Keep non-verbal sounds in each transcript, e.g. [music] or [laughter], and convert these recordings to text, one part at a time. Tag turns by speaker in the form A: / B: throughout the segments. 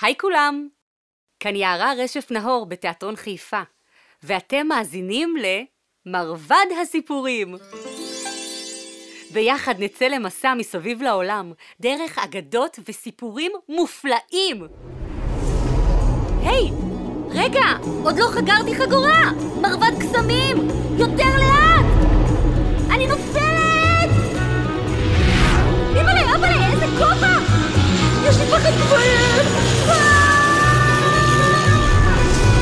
A: היי כולם! כאן יערה רשף נהור בתיאטרון חיפה, ואתם מאזינים ל"מרבד הסיפורים". ביחד נצא למסע מסביב לעולם, דרך אגדות וסיפורים מופלאים! היי! רגע! עוד לא חגרתי חגורה! מרבד קסמים! יותר לאט! אני נופלת! אימא'לה, אימא'לה, איזה כובע! יש לי פחד גבוהים!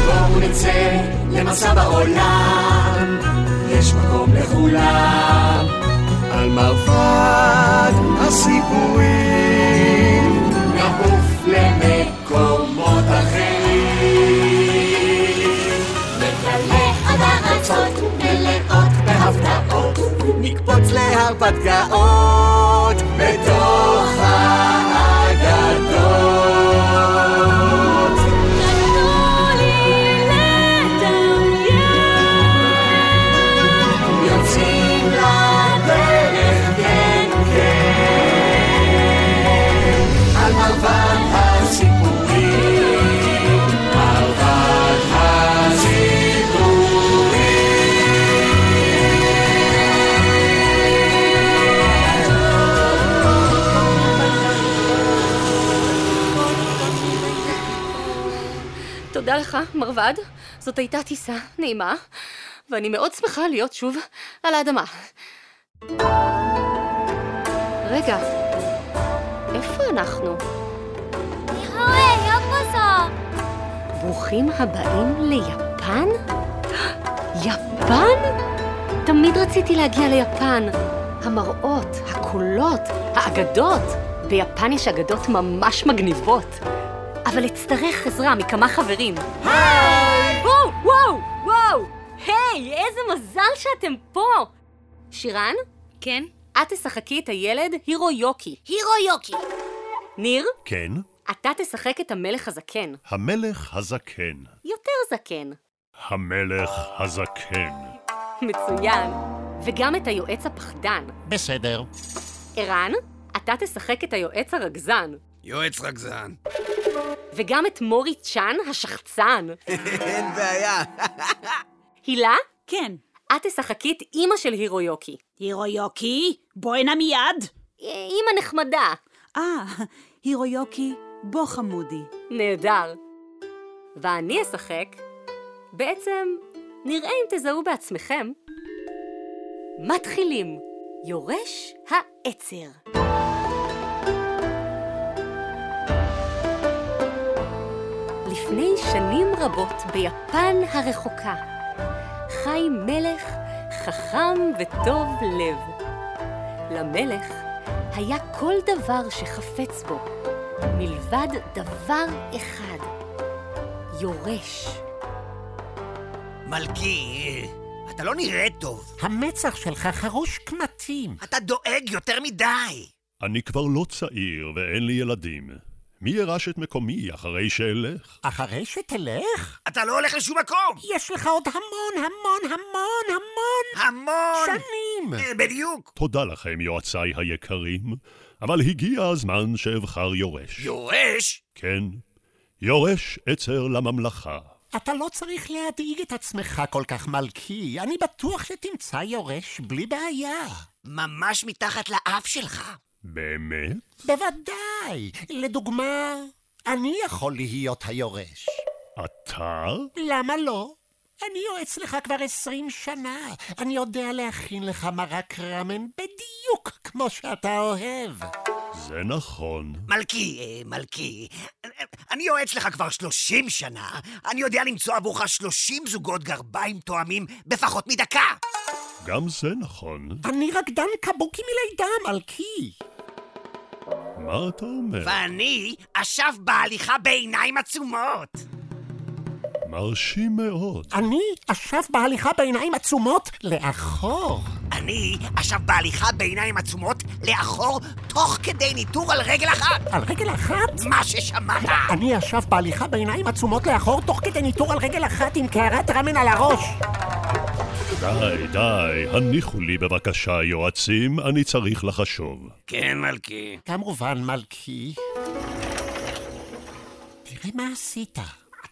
B: בואו נצא למסע בעולם, יש מקום לכולם. על מרבד הסיפורים, נעוף למקומות אחרים.
C: עוד ארצות מלאות
B: בהפתעות, נקפוץ להרפתקאות, בתוך האגדות.
C: נתנו לי לדמיין
B: יוצאים לדרך, כן, כן. על מרבד הסיפורים, מרבד הסיפורים.
A: תודה לך, מרבד. זאת הייתה טיסה נעימה, ואני מאוד שמחה להיות שוב על האדמה. רגע, איפה אנחנו?
C: תראו, יופוסו
A: ברוכים הבאים ליפן? יפן? תמיד רציתי להגיע ליפן. המראות, הקולות, האגדות. ביפן יש אגדות ממש מגניבות. אבל אצטרך עזרה מכמה חברים. היי! וואו, וואו, וואו! היי, איזה מזל שאתם פה! שירן,
D: כן?
A: את תשחקי את הילד הירויוקי.
D: הירו יוקי.
A: ניר,
E: כן,
A: אתה תשחק את המלך הזקן.
E: המלך הזקן.
A: יותר זקן.
E: המלך הזקן.
A: מצוין. וגם את היועץ הפחדן.
F: בסדר.
A: ערן, אתה תשחק את היועץ הרגזן.
G: יועץ רגזן.
A: וגם את מורי צ'אן השחצן.
G: אין בעיה.
A: הילה,
D: כן.
A: את תשחקי את אימא של הירויוקי.
D: הירו יוקי, בוא הנה מיד.
A: אה, אימא נחמדה.
D: אה, הירו יוקי, בוא חמודי.
A: נהדר. ואני אשחק, בעצם, נראה אם תזהו בעצמכם. מתחילים. יורש העצר. לפני שנים רבות ביפן הרחוקה, חי מלך חכם וטוב לב. למלך היה כל דבר שחפץ בו, מלבד דבר אחד, יורש.
G: מלכי, אתה לא נראה טוב.
F: המצח שלך חרוש קמטים.
G: אתה דואג יותר מדי.
E: אני כבר לא צעיר ואין לי ילדים. מי ירש את מקומי אחרי שאלך?
F: אחרי שתלך,
G: אתה לא הולך לשום מקום.
F: יש לך עוד המון, המון, המון, המון
G: המון.
F: שנים.
G: אה, בדיוק.
E: תודה לכם, יועציי היקרים, אבל הגיע הזמן שאבחר יורש.
G: יורש?
E: כן, יורש עצר לממלכה.
F: אתה לא צריך להדאיג את עצמך כל כך, מלכי. אני בטוח שתמצא יורש בלי בעיה.
G: ממש מתחת לאף שלך.
E: באמת?
F: בוודאי. לדוגמה, אני יכול להיות היורש.
E: אתה?
F: למה לא? אני יועץ לך כבר עשרים שנה. אני יודע להכין לך מרק רמן בדיוק כמו שאתה אוהב.
E: זה נכון.
G: מלכי, אה, מלכי, אה, אה, אני יועץ לך כבר 30 שנה. אני יודע למצוא עבורך 30 זוגות גרביים תואמים בפחות מדקה.
E: גם זה נכון.
F: אני רקדן קבוקי מלידה, מלכי.
E: מה אתה אומר?
G: ואני אשף בהליכה בעיניים עצומות.
E: מרשים מאוד.
F: אני אשף בהליכה בעיניים עצומות לאחור.
G: אני אשף בהליכה בעיניים עצומות לאחור, תוך כדי ניטור על רגל אחת.
F: על רגל אחת?
G: מה ששמעת!
F: אני אשף בהליכה בעיניים עצומות לאחור תוך כדי ניטור על רגל אחת עם קערת רמן על הראש.
E: די, די, הניחו לי בבקשה, יועצים, אני צריך לחשוב.
G: כן, מלכי.
F: כמובן, מלכי. תראה מה עשית.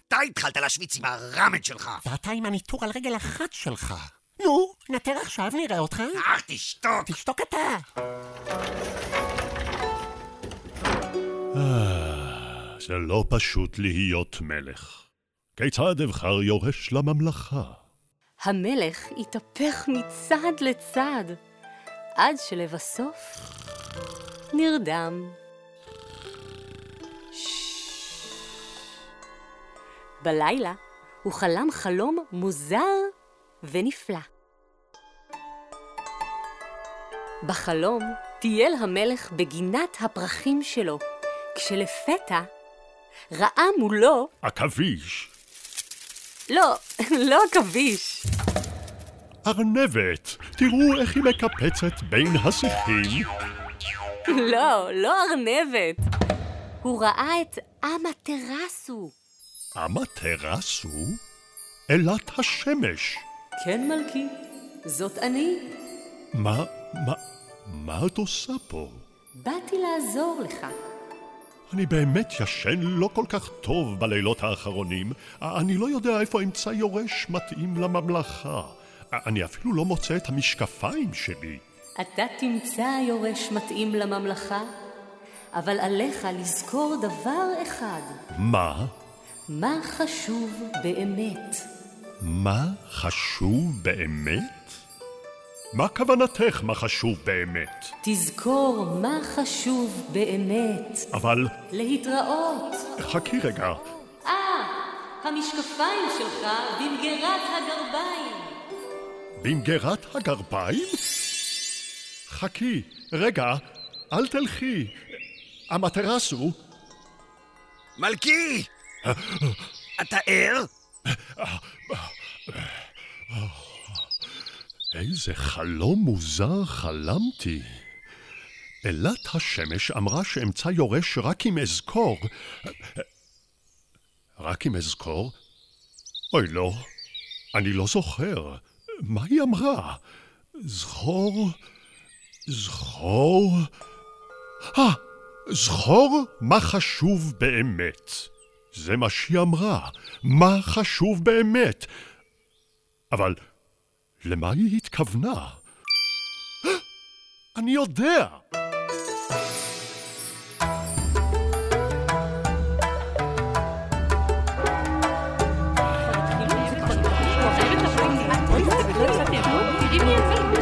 G: אתה התחלת להשוויץ עם הראמד שלך.
F: ואתה עם הניטור על רגל אחת שלך. נו, נטר עכשיו, נראה אותך.
G: אך תשתוק.
F: תשתוק אתה.
E: זה לא פשוט להיות מלך. כיצד אבחר יורש לממלכה?
A: המלך התהפך מצד לצד, עד שלבסוף נרדם. בלילה הוא חלם חלום מוזר ונפלא. בחלום טייל המלך בגינת הפרחים שלו, כשלפתע ראה מולו
E: עכביש,
A: לא, לא עכביש.
E: ארנבת, תראו איך היא מקפצת בין השיחים.
A: [laughs] לא, לא ארנבת. הוא ראה את אמתרסו.
E: אמתרס הוא אלת השמש.
A: כן, מלכי, זאת אני.
E: מה, מה, מה את עושה פה?
A: באתי לעזור לך.
E: אני באמת ישן לא כל כך טוב בלילות האחרונים. אני לא יודע איפה אמצא יורש מתאים לממלכה. אני אפילו לא מוצא את המשקפיים שלי.
A: אתה תמצא יורש מתאים לממלכה, אבל עליך לזכור דבר אחד,
E: מה?
A: מה חשוב באמת.
E: מה חשוב באמת? מה כוונתך מה חשוב באמת?
A: תזכור מה חשוב באמת.
E: אבל
A: להתראות.
E: חכי רגע,
A: אה, המשקפיים שלך במגירת הגרביים.
E: במגירת הגרביים? חכי, רגע, אל תלכי. המטרס הוא...
G: מלכי! אתה ער?
E: איזה חלום מוזר חלמתי. אלת השמש אמרה שאמצא יורש רק אם אזכור. רק אם אזכור? אוי, לא. אני לא זוכר. מה היא אמרה? זכור... זכור... אה! זכור מה חשוב באמת. זה מה שהיא אמרה. מה חשוב באמת. אבל למה היא התכוונה? [gasps] אני יודע!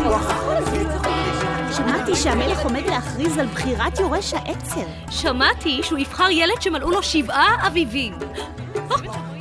A: לא
H: שמעתי שהמלך עומד להכריז על בחירת יורש העצר.
A: שמעתי שהוא יבחר ילד שמלאו לו
I: [laughs]
A: שבעה אביבים.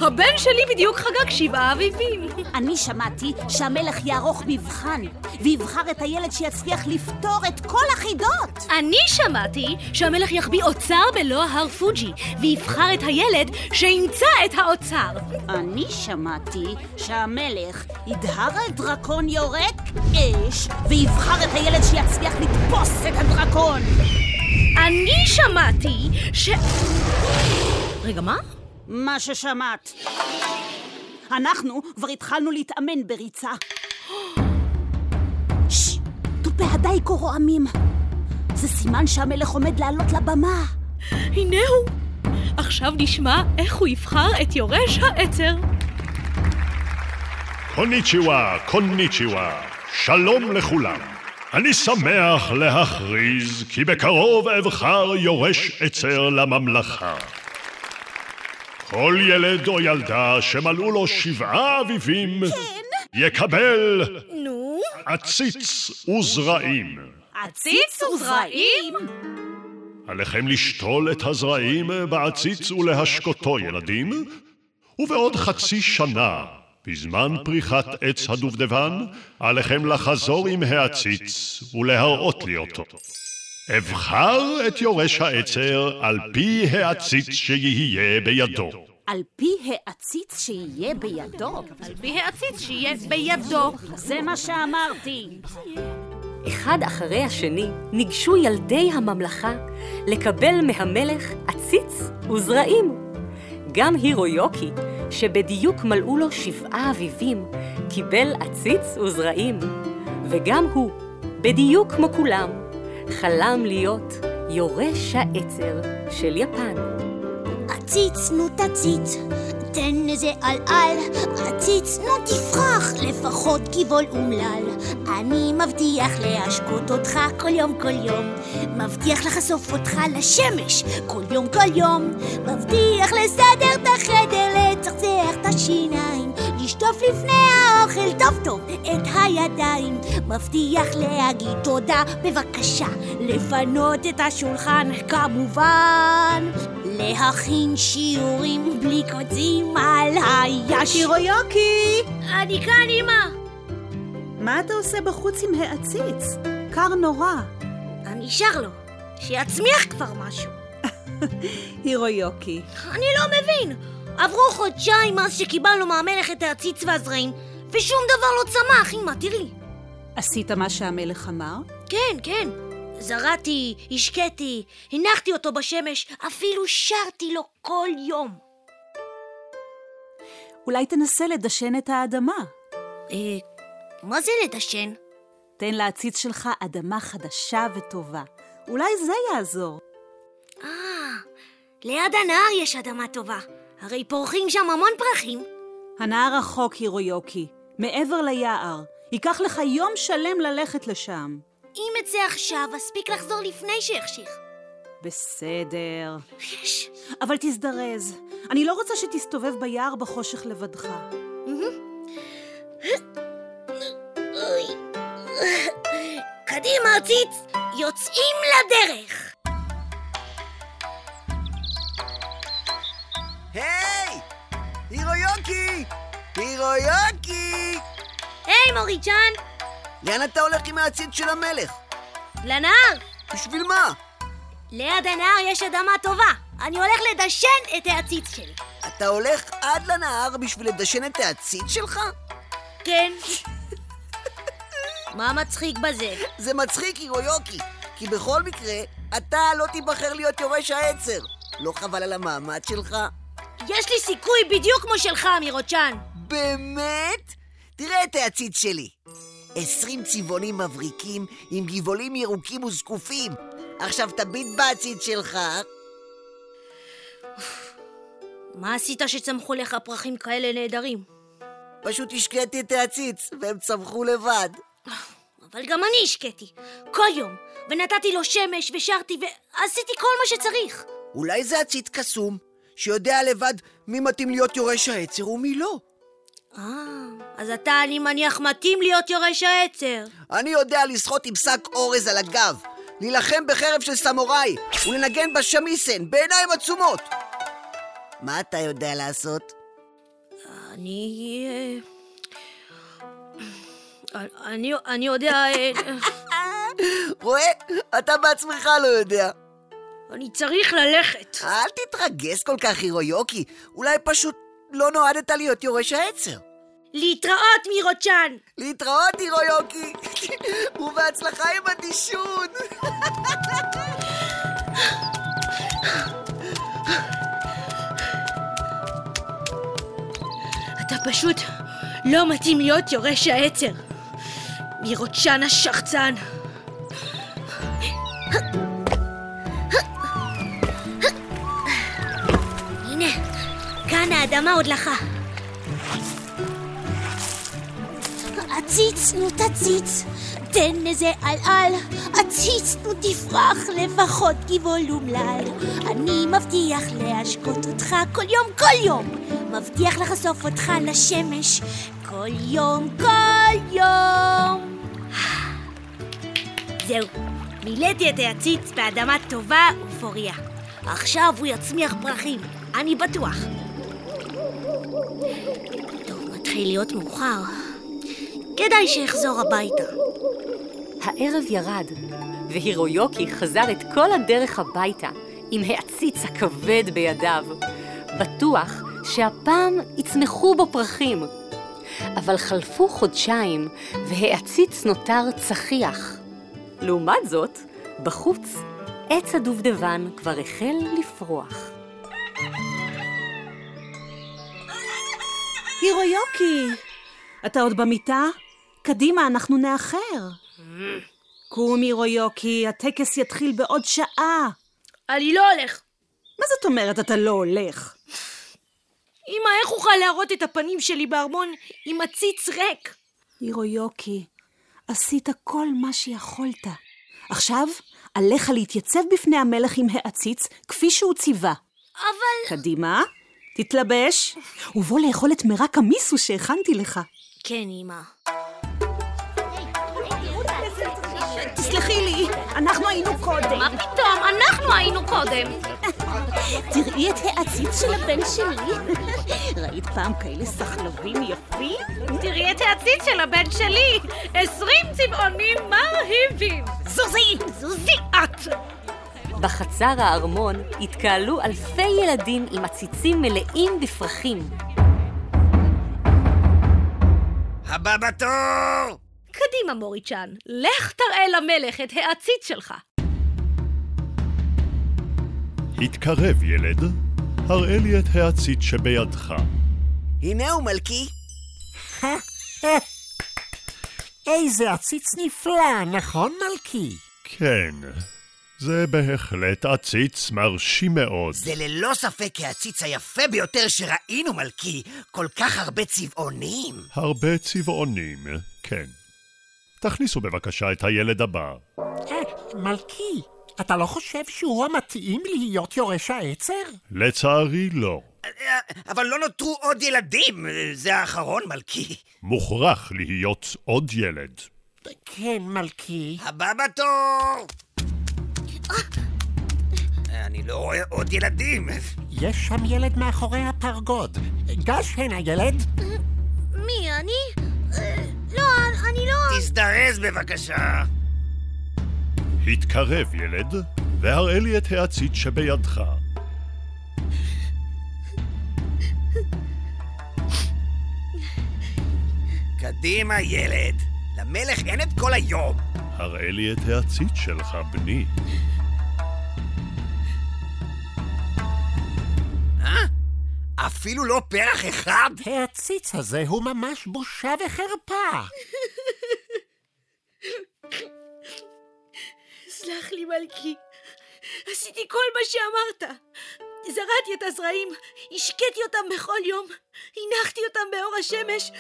A: הבן שלי בדיוק חגג שבעה אביבים.
H: אני שמעתי שהמלך יערוך מבחן, ויבחר את הילד שיצליח לפתור את כל החידות!
I: אני שמעתי שהמלך יחביא אוצר בלא ההר פוג'י, ויבחר את הילד שימצא את האוצר.
H: אני שמעתי שהמלך ידהר על דרקון יורק אש, ויבחר את הילד שיצליח לתפוס את הדרקון!
I: אני שמעתי ש... רגע, מה?
H: מה ששמעת. אנחנו כבר התחלנו להתאמן בריצה. ששש, תופי הדייקו רועמים. זה סימן שהמלך עומד לעלות לבמה.
I: הנה הוא. עכשיו נשמע איך הוא יבחר את יורש העצר.
E: קוניצ'יווה, קוניצ'יווה, שלום לכולם. אני שמח להכריז כי בקרוב אבחר יורש עצר לממלכה. כל ילד או ילדה שמלאו לו שבעה אביבים, יקבל
I: נו?
E: עציץ וזרעים.
H: עציץ
I: וזרעים?
E: עליכם לשתול את הזרעים בעציץ ולהשקותו, ילדים, ובעוד חצי שנה, בזמן פריחת עץ הדובדבן, עליכם לחזור עם העציץ ולהראות לי אותו. אבחר את יורש העצר על פי העציץ שיהיה בידו.
H: על פי העציץ שיהיה בידו.
I: והעציץ שיהיה בידו.
H: זה מה שאמרתי.
A: אחד אחרי השני ניגשו ילדי הממלכה לקבל מהמלך עציץ וזרעים. גם הירויוקי, שבדיוק מלאו לו שבעה אביבים, קיבל עציץ וזרעים. וגם הוא, בדיוק כמו כולם, חלם להיות יורש העצר של יפן.
J: עציץ, נו תציץ. תן איזה על-על, עציץ, נו תפרח, לפחות כיבול אומלל. אני מבטיח להשקות אותך כל יום כל יום. מבטיח לחשוף אותך לשמש כל יום כל יום. מבטיח לסדר את החדר, לצחצח את השיניים. לשטוף לפני האוכל טוב טוב את הידיים. מבטיח להגיד תודה, בבקשה. לפנות את השולחן, כמובן. להכין שיעורים בלי קוצים על היש.
D: הירויוקי!
I: אני כאן, אמא!
D: מה אתה עושה בחוץ עם העציץ? קר נורא.
J: אני שר לו, שיצמיח כבר משהו.
D: הירויוקי.
J: אני לא מבין. עברו חודשיים מאז שקיבלנו מהמלך את העציץ והזרעים, ושום דבר לא צמח, אמא, תראי.
D: עשית מה שהמלך אמר?
J: כן, כן. זרעתי, השקיתי, הנחתי אותו בשמש, אפילו שרתי לו כל יום.
D: אולי תנסה לדשן את האדמה.
J: אה, מה זה לדשן?
D: תן לעציץ שלך אדמה חדשה וטובה. אולי זה יעזור.
J: אה, ליד הנהר יש אדמה טובה. הרי פורחים שם המון פרחים.
D: הנהר רחוק, הירויוקי, מעבר ליער. ייקח לך יום שלם ללכת לשם.
J: אם אצא עכשיו, אספיק לחזור לפני שיחשיך.
D: בסדר.
J: יש.
D: אבל תזדרז. אני לא רוצה שתסתובב ביער בחושך לבדך.
J: אוי. קדימה, עציץ, יוצאים לדרך.
G: היי! הירויוקי! הירויוקי!
J: היי, מוריצ'אן,
G: לאן אתה הולך עם העציץ של המלך?
J: לנהר.
G: בשביל מה?
J: ליד הנהר יש אדמה טובה. אני הולך לדשן את העציץ שלי.
G: אתה הולך עד לנהר בשביל לדשן את העציץ שלך?
J: כן. מה מצחיק בזה?
G: זה מצחיק, הירויוקי, כי בכל מקרה, אתה לא תיבחר להיות יורש העצר. לא חבל על המעמד שלך?
J: יש לי סיכוי בדיוק כמו שלך, מירוצ'אן.
G: באמת? תראה את העציץ שלי. עשרים צבעונים מבריקים עם גבעולים ירוקים וזקופים. עכשיו תביט בעציץ שלך.
J: מה עשית שצמחו לך פרחים כאלה נהדרים?
G: פשוט השקיתי את העציץ, והם צמחו לבד.
J: אבל גם אני השקיתי. כל יום. ונתתי לו שמש, ושרתי, ועשיתי כל מה שצריך.
G: אולי זה עציץ קסום, שיודע לבד מי מתאים להיות יורש העצר ומי לא.
J: אה, אז אתה, אני מניח, מתאים להיות יורש העצר.
G: אני יודע לשחות עם שק אורז על הגב, להילחם בחרב של סמוראי, ולנגן בשמיסן בעיניים עצומות. מה אתה יודע לעשות?
J: אני... אה, אני, אני יודע... אה,
G: רואה? אתה בעצמך לא יודע.
J: אני צריך ללכת.
G: אל תתרגז כל כך, הירויוקי. אולי פשוט לא נועדת להיות יורש העצר.
J: להתראות, מירוצ'אן!
G: להתראות, הירויוקי. [laughs] ובהצלחה עם הדישון.
I: אתה פשוט לא מתאים להיות יורש העצר. מירוצ'ן השחצן.
J: הנה, כאן האדמה עוד לחה. עציץ, נו תציץ, תן איזה על-על, עציץ, נו תפרח, לפחות גבעול אומלל. אני מבטיח להשקות אותך כל יום, כל יום. מבטיח לחשוף אותך לשמש כל יום, כל יום. זהו, מילאתי את העציץ באדמה טובה ופוריה. עכשיו הוא יצמיח פרחים, אני בטוח. טוב, מתחיל להיות מאוחר. כדאי שאחזור הביתה.
A: הערב ירד, והירויוקי חזר את כל הדרך הביתה עם העציץ הכבד בידיו. בטוח שהפעם יצמחו בו פרחים. אבל חלפו חודשיים, והעציץ נותר צחיח. לעומת זאת, בחוץ, עץ הדובדבן כבר החל לפרוח.
D: הירויוקי! אתה עוד במיטה? קדימה, אנחנו נאחר. קום, הירויוקי, הטקס יתחיל בעוד שעה.
I: אני לא הולך.
D: מה זאת אומרת אתה לא הולך?
I: אמא, איך אוכל להראות את הפנים שלי בארמון עם עציץ ריק?
D: הירויוקי, עשית כל מה שיכולת. עכשיו, עליך להתייצב בפני המלך עם העציץ, כפי שהוא ציווה.
I: אבל...
D: קדימה, תתלבש, ובוא לאכול את מרק המיסו שהכנתי לך.
I: כן, אמא.
D: תסלחי לי, אנחנו היינו קודם.
I: מה פתאום? אנחנו היינו קודם.
H: תראי את העציץ של הבן שלי. [laughs] ראית פעם כאלה סחלבים יפים?
I: תראי את העציץ של הבן שלי! עשרים צבעונים מרהיבים! זוזי! זוזי את!
A: בחצר הארמון התקהלו אלפי ילדים עם עציצים מלאים בפרחים.
B: הבא בתור!
I: קדימה, מורי-צ'אן, לך תראה למלך את העציץ שלך.
E: התקרב, ילד, הראה לי את העציץ שבידך.
G: הנה הוא, מלכי.
F: [laughs] איזה עציץ נפלא, נכון, מלכי?
E: כן, זה בהחלט עציץ מרשים מאוד.
G: זה ללא ספק העציץ היפה ביותר שראינו, מלכי. כל כך הרבה צבעונים.
E: הרבה צבעונים, כן. תכניסו בבקשה את הילד הבא.
F: אה, מלכי, אתה לא חושב שהוא המתאים להיות יורש העצר?
E: לצערי לא.
G: אבל לא נותרו עוד ילדים, זה האחרון, מלכי.
E: מוכרח להיות עוד ילד.
F: כן, מלכי.
G: הבא בתור! אני לא רואה עוד ילדים.
F: יש שם ילד מאחורי הפרגוד. גש הנה, ילד.
C: מי, אני? אה, לא, אני לא...
G: תזדרז בבקשה.
E: התקרב, ילד, והראה לי את העציץ שבידך.
G: קדימה, ילד. למלך אין את כל היום.
E: הראה לי את העציץ שלך, בני.
G: אה? אפילו לא פרח אחד?
F: העציץ הזה הוא ממש בושה וחרפה.
I: סלח לי, מלכי. עשיתי כל מה שאמרת. זרעתי את הזרעים, השקיתי אותם בכל יום, הנחתי אותם באור השמש,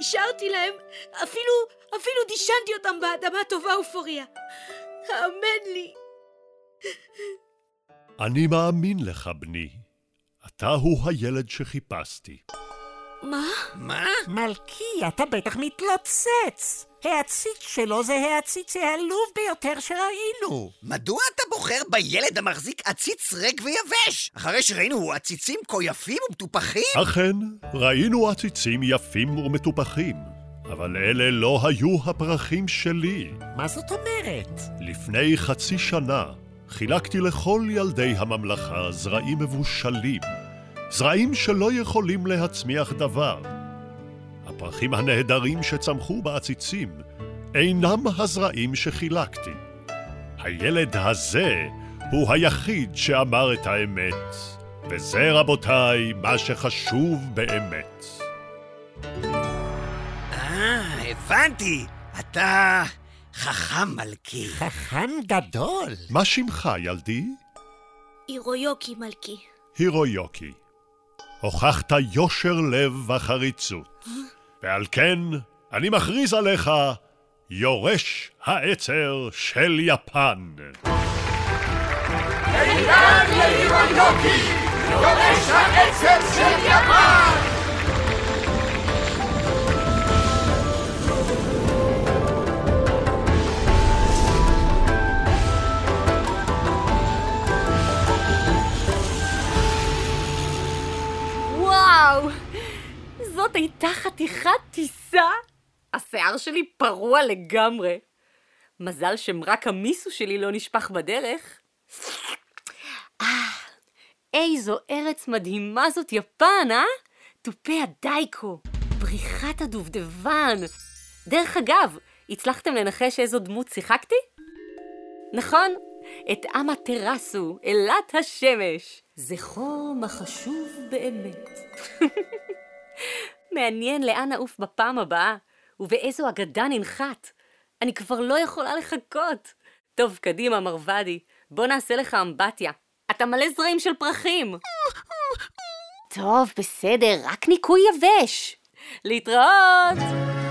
I: השארתי להם, אפילו, אפילו דישנתי אותם באדמה טובה ופוריה. האמן לי.
E: אני מאמין לך, בני. אתה הוא הילד שחיפשתי.
I: מה?
G: מה?
F: מלכי, אתה בטח מתלוצץ. העציץ שלו זה העציץ העלוב ביותר שראינו.
G: מדוע אתה בוחר בילד המחזיק עציץ ריק ויבש? אחרי שראינו עציצים כה יפים ומטופחים?
E: אכן, ראינו עציצים יפים ומטופחים, אבל אלה לא היו הפרחים שלי.
F: מה זאת אומרת?
E: לפני חצי שנה חילקתי לכל ילדי הממלכה זרעים מבושלים, זרעים שלא יכולים להצמיח דבר. הפרחים הנהדרים שצמחו בעציצים אינם הזרעים שחילקתי. הילד הזה הוא היחיד שאמר את האמת, וזה, רבותיי, מה שחשוב באמת.
G: אה, הבנתי. אתה חכם, מלכי.
F: חכם גדול.
E: מה שמך, ילדי?
I: הירויוקי, מלכי.
E: הירויוקי. הוכחת יושר לב וחריצות, ועל כן אני מכריז עליך יורש העצר של יפן.
B: איתן להיריונוקי, יורש העצב של יפן!
A: וואו! זאת הייתה חתיכת טיסה. השיער שלי פרוע לגמרי. מזל שמרק המיסו שלי לא נשפך בדרך. אה, איזו ארץ מדהימה זאת יפן, אה? תופי הדייקו, בריחת הדובדבן. דרך אגב, הצלחתם לנחש איזו דמות שיחקתי? נכון, את עם הטרסו, אלת השמש. זכור מה חשוב באמת. [laughs] מעניין לאן נעוף בפעם הבאה, ובאיזו אגדה ננחת. אני כבר לא יכולה לחכות. טוב, קדימה, מרבדי, בוא נעשה לך אמבטיה. אתה מלא זרעים של פרחים. טוב, בסדר, רק ניקוי יבש. להתראות!